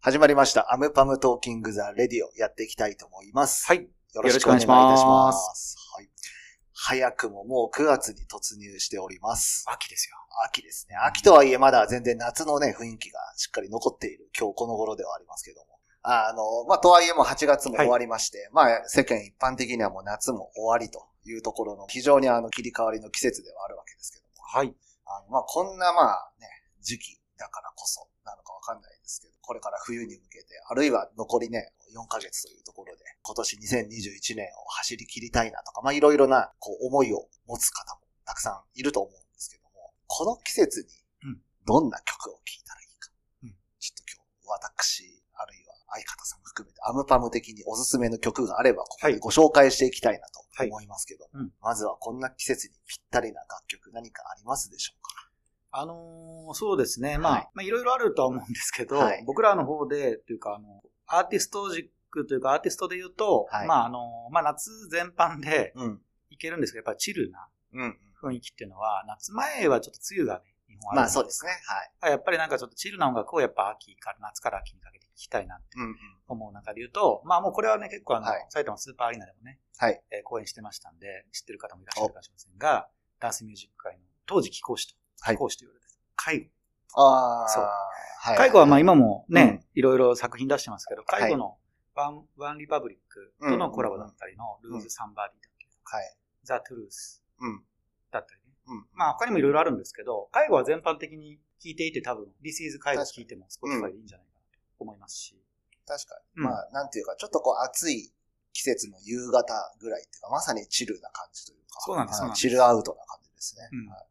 始まりました。アムパムトーキングザレディオやっていきたいと思います。はい。よろろししくくおお願願いいしいまたすします。はい。早くももう9月に突入しております。秋ですよ。秋ですね。秋とはいえまだ全然夏のね、雰囲気がしっかり残っている今日この頃ではありますけども。あの、まあ、とはいえもう8月も終わりまして、まあ、世間一般的にはもう夏も終わりというところの非常にあの切り替わりの季節ではあるわけですけども。はい。あの、まあ、こんなまあね、時期だからこそなのかわかんないですけど、これから冬に向けて、あるいは残りね、4ヶ月というところで、今年2021年を走り切りたいなとか、まあ、いろいろな、こう、思いを持つ方もたくさんいると思うんですけども、この季節にうん、どんな曲を聴いたらいいか。うんちょっと今日、私、あるいは相方さん含めて、アムパム的におすすめの曲があれば、ここはでいご紹介していきたいなとはい思いますけど、うんまずはこんな季節にぴったりな楽曲、何かありますでしょうかあのーそうですね。まあ、はいい、まあ、いろいろあるとは思うんですけど、はい僕らの方で、というか、あの、アーティスト軸というか、アーティストで言うと、はいまあ、あのーまあ、夏全般でうん。いけるんですけど、やっぱチルなうん。雰囲気っていうのは、夏前はちょっと梅雨がね、日本あるまあそうですね。はい。やっぱりなんかちょっとチルな音楽をやっぱ秋から、夏から秋にかけて聴きたいなってうん。思う中で言うと、まあもうこれはね、結構あの、はい埼玉スーパーアリーナでもね、はいえー公演してましたんで、知ってる方もいらっしゃるかもしれませんが、ダンスミュージック界の当時貴公子と、はい貴公子と言われてた介護。ああ。そうは介護はまあ今もね、うんいろいろ作品出してますけど、い介護のワン,、ワンリパブリックとのコラボだったりの、んうんルーズ・サンバーディだったはり、い。ザ・トゥルースうん。だったりね。うん。まあ他にもいろいろあるんですけど、介護は全般的に聴いていて多分、This is 介護聴いても Spotify でいいんじゃないかなと思いますし。確かうんに。まあ、なんていうか、ちょっとこう暑い季節の夕方ぐらいっていうか、まさにチルな感じというか。そうなんではいすそうなんですチルアウトな感じですね。うんはい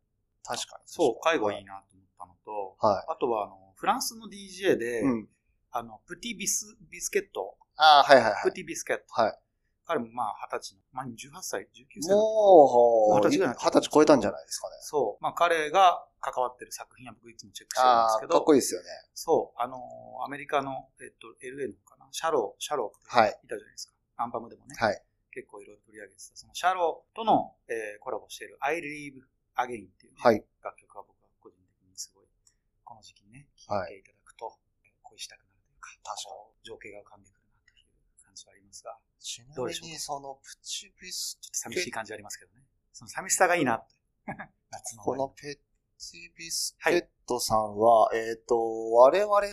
確かに。そう、介護はいいなと思ったのと、はあとは、あの、フランスの DJ で、い。うん。あの、プティビス、ビスケット、ああ、はいはいはプい。ティビスケット。はい。彼もまあ、二十歳の、まあ、18歳、19歳の。もう、二二十十歳ぐらい歳超えたんじゃないですかね。そう。まあ、彼が関わってる作品は僕いつもチェックしてるんであすあけー、ど、かっこいいですよね。そう、あのー、アメリカの、えっと、LA のかな、シャロー、シャローってはいいたじゃないですか。アンパムでもね、はい。結構いろいろ取り上げてた、そのシャローとの、えーコラボしている I Live Again っていう、ねはい。楽曲は僕は個人的にすごい、この時期にね、聴いていただくと、恋したくなるというか、多少情景が浮かんでくるなという感じはありますが、ちどうなでみしょうに、そのプチビスちょっと寂しい感じはありますけどね。その寂しさがいいなって。夏のこ終わのペッチビスケットさんは、えっ、と、我々が、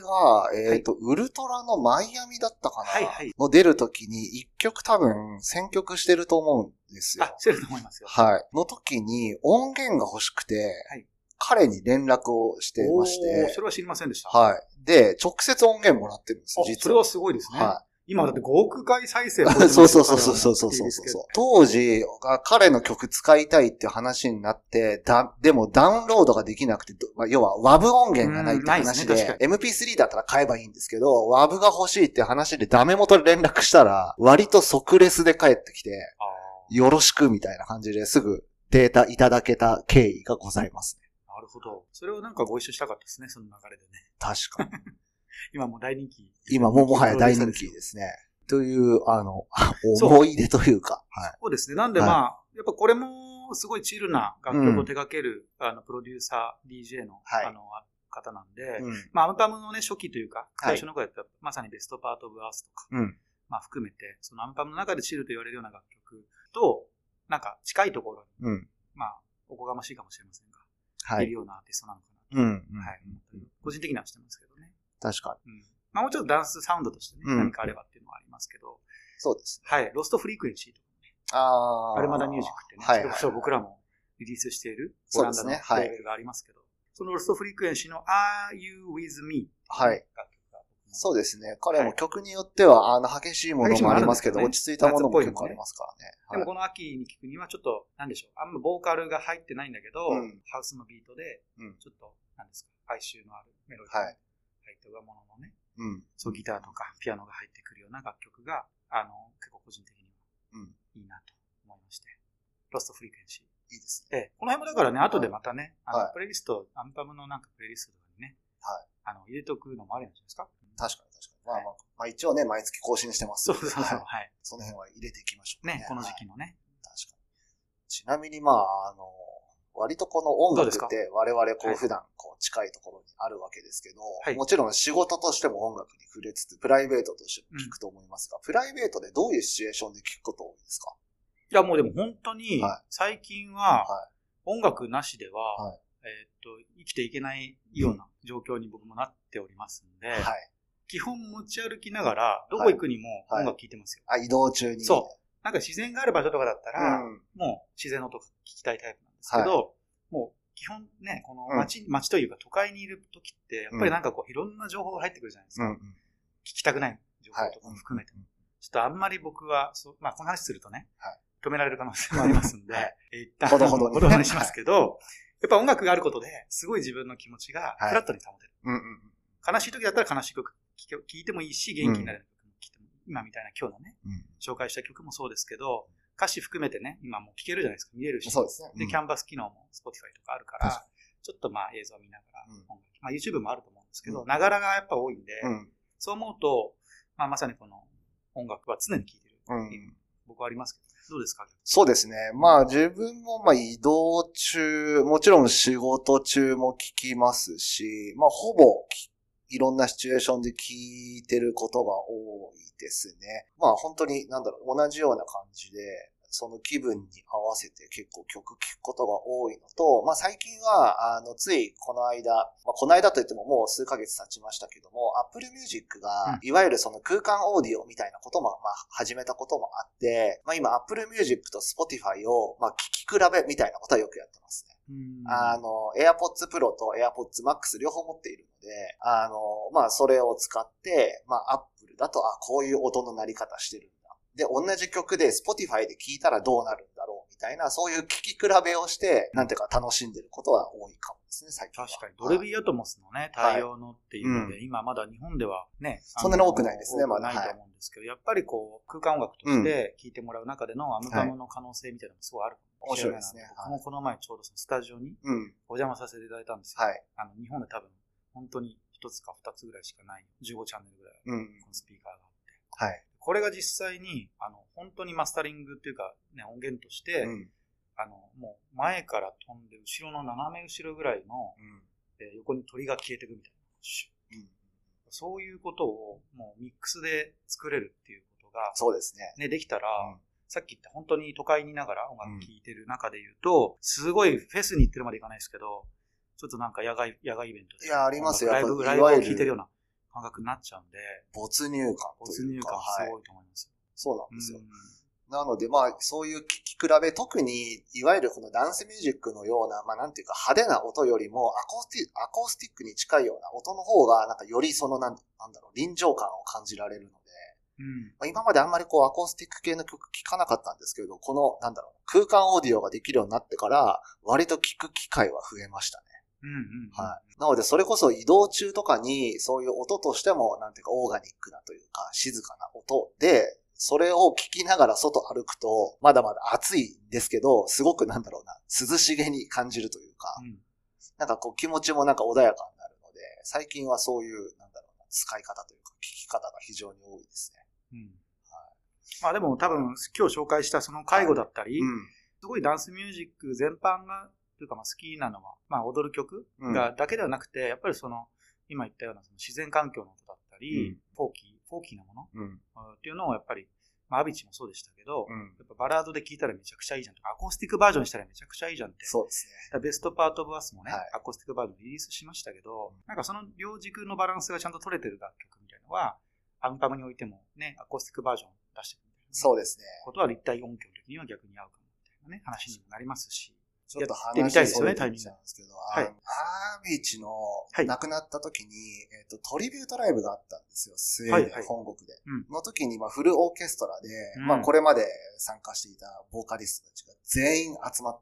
えっ、と、ウルトラのマイアミだったかな、はいはいの出るときに、一曲多分、選曲してると思うんですりよあ、。してると思いますよ。はい。の時に、音源が欲しくて、はい彼に連絡をしてましおーてそ、れは知りませんでした。い。はい。で、直接音源もらってるんですよ、そ実れは。はすごいですね。は今だって5億回再生を超えてい。ま すそようそうそうそうそうそうそうそう。当時、彼の曲使いたいっていう話になって、だ、でもダウンロードができなくて、どまあ、要は WAV 音源がないって話うんないですねで、MP3 だったら買えばいいんですけど、WAV が欲しいって話でダメ元で連絡したら、割と即レスで帰ってきて、あよろしくみたいな感じですぐデータいただけた経緯がございますね。ーなるほど。それをなんかご一緒したかったですね、その流れでね。確かに。今もう大人気。 今ももはや大人気ですね。という、あ の、思い出というか、はい。そうですね。なんでまはいあ、やっぱこれもすごいチルな楽曲を手掛ける、あの、プロデューサー、DJ の、はいあの、方なんで、うん。まあ、アルバムのね、初期というか、はい最初の頃やったら、まさにベストパートオブアースとか、うんまあ、含めて、そのアルバムの中でチルと言われるような楽曲と、なんか近いところに、うん。まあ、おこがましいかもしれませんが、、はいいる。ようなアーティストなのかうん。うんな。はい。個人的にはしてますけどね。確かに。うん。まあ、もうちょっとダンスサウンドとしてね、うん何かあればっていうのはありますけど、そうですね。はい。ロストフリークエンシーとかね、あアルマダミュージックってね、はいそれこそ僕らもリリースしている、オそうでランダすのねレはいーベルがありますけど、そのロストフリークエンシーの Are You With Me? はい。楽曲が僕もそうですね。彼はもい曲によっては、あの、激しいものもありますけど、激落しち着いいもたのもものあもるんですよね結構ありますからね。でもはいこの秋に聞くにはちょっと、なんでしょう、あんまボーカルが入ってないんだけど、うんハウスのビートでうん、ちょっと、なんですか、哀愁のあるメロディーがは入いった上物のね、うん。そうギターとかピアノが入ってくるような楽曲が、あの、結構個人的にはうんいいなと思いまして、ロストフリークエンシー。いいですね。ええ、この辺もだからね、後でまたね、あのはいプレイリスト、アンパムのなんかプレイリストとかにね、はいあの入れておくのもあるんじゃないですか。確かに確かに。まあまあ、まあ一応ね、毎月更新してますそんうで。そうそう、はいはい。その辺は入れていきましょう。ね、この時はい期のね。確かに。ちなみにまあ、あの、割とこの音どう楽ですかって我々こはうい普段こう近いところにあるわけですけど、はいもちろん仕事としても音楽に触れつつ、プライベートとしても聞くと思いますが、プライベートでどういうシチュエーションで聞くこと多いですかいや、もうでも本当には、最近はは、音楽なしでは、はいえーっと、生きていけないような状況に僕もなっておりますので、はい。基本持ち歩きながら、どこ行くにもはい音楽聴いてますよ。あ、移動中に。そなんか自然がある場所とかだったうら、ん。もう自然の音聴きたいタイプなんですけど、もう基本ね、この街、街というか都会にいる時って、やっぱりなんかこういろんな情報が入ってくるじゃないですうか。ん。聞きたくない情報とかも含めて。うんちょっとあんまり僕は、そうまあ、この話するとね、はい止められる可能性もありますんで、はいえー一旦ほどほどにほどにしますけど、やっぱ音楽があることで、すごい自分の気持ちがはいフラットに保てる。うん。うん。悲しい時だったら悲しい曲聴け聴いてもいいし、元気になれる曲も聴いても、今みたいな今日のね、うん。紹介した曲もそうですけど、歌詞含めてね、今もう聴けるじゃないですか、見れるし。そうですね。で、キャンバス機能も Spotify とかあるから、確ちょっとまあ映像見ながら、うん音楽まあ YouTube もあると思うんですけうど、んながらがやっぱ多いんで、うん。そう思うと、まあまさにこの音楽は常に聴いてる。うん。僕はありますけど、どうですかそうですね。まあ自分もまあ移動中、もちろん仕事中も聞きますし、まあほぼきいろんなシチュエーションで聞いてることが多いですね。まあ本当になんだろう、同じような感じで、その気分に合わせて結構曲聴くことが多いのと、まあ最近は、あの、ついこの間、まあこの間といってももう数ヶ月経ちましたけども、Apple Music が、いわゆるその空間オーディオみたいなことも、まあ始めたこともあって、まあ今 Apple Music と Spotify を、まあ聴き比べみたいなことはよくやってますね。あの、AirPods Pro と AirPods Max 両方持っているので、あの、まあ、それを使って、まあ、Apple だと、あ、こういう音の鳴り方してるんだ。で、同じ曲で Spotify で聴いたらどうなるんだろうみたいな、そういう聴き比べをして、なんていうか楽しんでることは多いかもですね、最近は。確かに、ドルビーアトモスのね、対応のっていうので、は今まだ日本ではね、そんなに多くないですねあのまだ多くないと思うんですけど、やっぱりこう、空間音楽として聴いてもらう中でのアムバムの可能性みたいなのもすごいあるかもしれなな面白いですねはい僕もこの前ちょうどそのスタジオにうん。お邪魔させていただいたんですよ。はい。あの、日本で多分、本当に一つか二つぐらいしかない、15チャンネルぐらいうん。のスピーカーがあって、はい。これが実際に、あの、本当にマスタリングっていうか、ね、音源として、うん。あの、もう前から飛んで、後ろの斜め後ろぐらいの、えー横に鳥が消えてくみたいな。シュッうん。そういうことをもうミックスで作れるっていうことが、そうですね。ね、できたら、うんさっき言った本当に都会にいながら音楽聴いてる中で言うと、すごいフェスに行ってるまでいかないですけど、ちょっとなんか野外、野外イベントで。いやありますよライブ、やっぱライブをいわゆる聴いてるような感覚になっちゃうんで、没入感と没い入うか。感すはい。ごいと思います。そうなんですよ。うんなので、まあ、そういう聞き比べ、特に、いわゆるこのダンスミュージックのような、まあ、なんていうか派手な音よりも、アコースティアコースティックに近いような音の方が、なんかよりその、なんなんだろう、臨場感を感じられるので、うんまあ、今まであんまりこう、アコースティック系の曲聴かなかったんですけど、この、なんだろう、空間オーディオができるようになってから、割と聞く機会は増えましたね。うんうん。はい。なので、それこそ移動中とかに、そういう音としても、なんていうか、オーガニックなというか、静かな音で、それを聞きながら外歩くと、まだまだ暑いんですけど、すごくなんだろうな、涼しげに感じるというか、うんなんかこう気持ちもなんか穏やかになるので、最近はそういう、なんだろうな、使い方というか、聞き方が非常に多いですね。うんまあでも多分今日紹介したその介護だったり、うん。すごいダンスミュージック全般が、というかまあ好きなのは、まあ踊る曲がだけではなくて、やっぱりその、今言ったようなその自然環境のことだったり、うんフォーキー、フォーキーなものうん。うんっていうのをやっぱり、まあアビチもそうでしたけど、うん。やっぱバラードで聴いたらめちゃくちゃいいじゃんとか、アコースティックバージョンしたらめちゃくちゃいいじゃんって。そうですだからベストパートオブアスもね、はいアコースティックバージョンリリースしましたけど、なんかその両軸のバランスがちゃんと取れてる楽曲みたいなのは、アンパムにおいてもね、アコースティックバージョンを出してくるみたいね。なそうですね。ことは立体音響的には逆に合うかもみたいなね、話にもなりますし。ちょっとやってみ話たいですよねそれてきちゃうんですけど、あのタイミアービーチのはい亡くなった時に、えっと、トリビュートライブがあったんですよ。スウェーデン、はいはい本国で。うんの時に、まあ、フルオーケストラで、うんまあ、これまで参加していたボーカリストたちが全員集まっ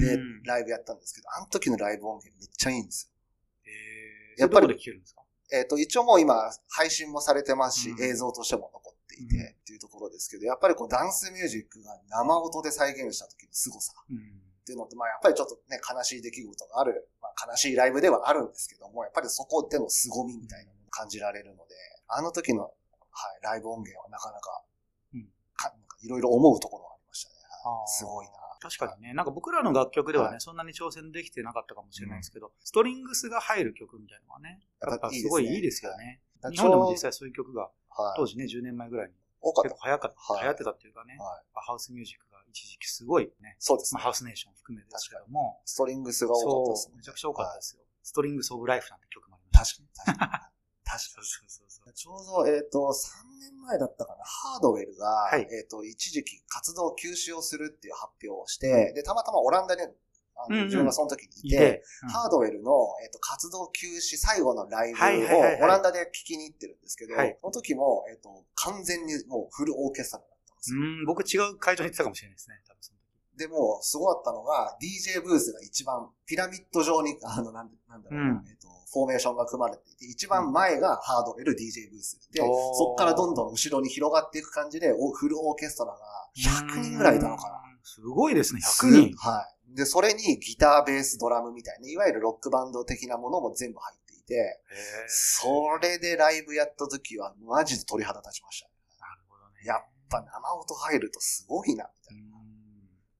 て、で、ライブやったんですけど、あの時のライブ音源めっちゃいいんですえー、ややっっぱぱりり。どこで聴けるんですかよ。えっと、一応もう今、配信もされてますし、うん映像としても残っていて、うんっていうところですけど、やっぱりこう、ダンスミュージックが生音で再現した時の凄さ。うん。っていうのって、まあやっぱりちょっとね、悲しい出来事がある、まあ悲しいライブではあるんですけども、やっぱりそこでの凄みみたいなものを感じられるので、あの時の、はい、ライブ音源はなかなか、うんかなんかいろいろ思うところがありましたね。あーすごいな。確かにね、なんか僕らの楽曲ではね、そんなに挑戦できてなかったかもしれないですけど、ストリングスが入る曲みたいなのはね、やっぱすごいいいですよね。はい日本でも実際そういう曲が、はい。当時ね、10年前ぐらいに多かっ結た。構流行かった、はい流行ってたっていうかね、はい。ハウスミュージックが一時期すごいね、そうですまあ、ね。ハウスネーション含めてですけども、ストリングスが多かったでそすう、ねめちゃくちゃ多かったですよ。ストリングスオブライフなんて曲もありまし確かに、確かに。確た。かそうそうそうに。ちょうど、えっ、と、3年前だったかな、ハードウェルが、はいえっ、と、一時期活動休止をするっていう発表をして、で、たまたまオランダに、あうんうのん自分がその時にいて、で、ハードウェルの、えっと活動休止最後のライブはいはいはいはいをオランダで聞きに行ってるんですけど、はいその時も、えっと完全にもうフルオーケストラだったんですよ。うん、僕違う会場に行ってたかもしれないですね、多分その時。でも、すごかったのが、DJ ブースが一番ピラミッド状に、 あの、なんなんだろうな、うんえっと、フォーメーションが組まれていて、一番前がハードウェル DJ ブースで、おーそっからどんどん後ろに広がっていく感じで、おフルオーケストラが100人ぐらいいたのかな。なすごいですね、100人。はい。で、それにギター、ベース、ドラムみたいな、いわゆるロックバンド的なものも全部入っていて、へーそれでライブやった時は、マジで鳥肌立ちました。なるほどね。やっぱ生音入るとすごいな、みたういな。ん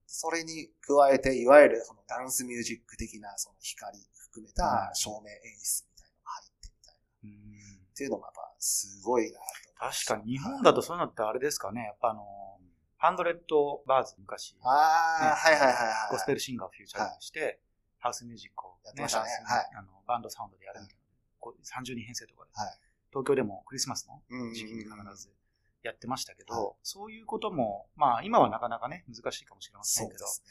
それに加えて、いわゆるそのダンスミュージック的なその光含めた照明演出みたいなのが入ってみたいな。うんっていうのもやっぱすごいな確かに日本だとそういうのってあれですかね、やっぱあの、ハンドレッドバーズ昔、と。ああ、はいはいはいはい。ゴスペルシンガーをフューチャリングして、ハウスミュージックを、やってましたねダンスはいあのバンドサウンドでやるみたいな、こう30人編成とかで、はい東京でもクリスマスのうんうんうん時期に必ずやってましたけど、はいそういうことも、まあ今はなかなかね、難しいかもしれませそんうけでど、すね。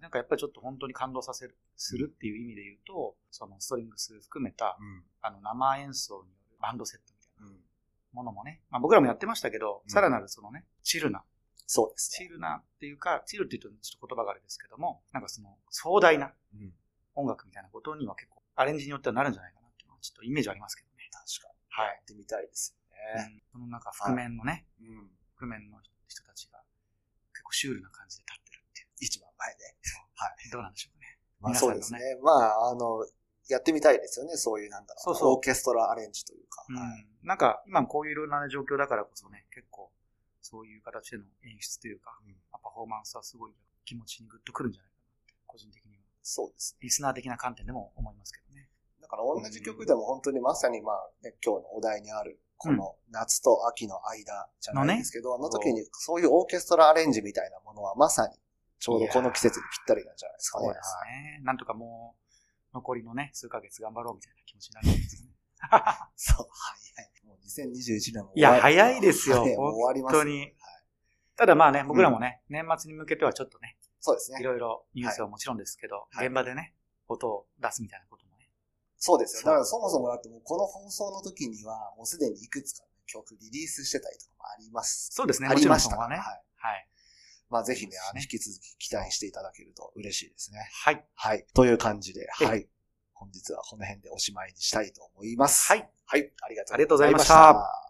なんかやっぱりちょっと本当に感動させる、するっていう意味で言うと、そのストリングス含めた、あの生演奏によるバンドセットみたいな。うん。うん。ものもね、まあ、僕らもやってましたけど、うんさらなるそのね、チルな、そうですチね。ルなっていうか、チルって言うとちょっと言葉があれですけども、なんかその壮大なうん。音楽みたいなことには結構アレンジによってはなるんじゃないかなっていうのはちょっとイメージありますけどね。確かに。はやい。ってみたいですよね。うんそのなんか覆面のね、うん。覆面の人たちが結構シュールな感じで立ってるってい一番前で。う。どうなんでしょうね。まあ、皆さんそうのでねすね。まあ、あの、やってみたいですよね。そういう、なんだろうそうそうオーケストラアレンジというか。うはいん。なんか今こういういろんな状況だからこそね、結構そういう形での演出というか、まあパフォーマンスはすごい気持ちにグッとくるんじゃないかなって、個人的には。そうですリスナー的な観点でも思いますけどね。ね。だから同じ曲でも本当にまさにまあ、ね、今日のお題にある、この夏と秋の間じゃないですけど、あの時にそういうオーケストラアレンジみたいなものはまさにちょうどこの季節にぴったりなんじゃないですかね。そうですはいね。なんとかもう、残りのね、数ヶ月頑張ろうみたいな気持ちになるんですね。そう、早い。もう2021年もいや終わり早いですよはもう終わりますよ本当にはいただまあね、僕らもね、年末に向けてはちょっとね、そうですいね。ろいろニュースはもちろんですけど、はい現場でね、音を出すみたいなこともね。そうですよ。そうだからそもそもだってもうこの放送の時にはもうすでにいくつか、ね、曲リリースしてたりとかもあります。そうですね、あもりちろまんしそたこかはらね。はいはい。まあ、ぜひね、あそうの、ですね引き続き期待していただけると嬉しいですね。はい。はい。という感じで、ええはい。本日はこの辺でおしまいにしたいと思います。はい。はい。ありがとうありがとうございましたございました。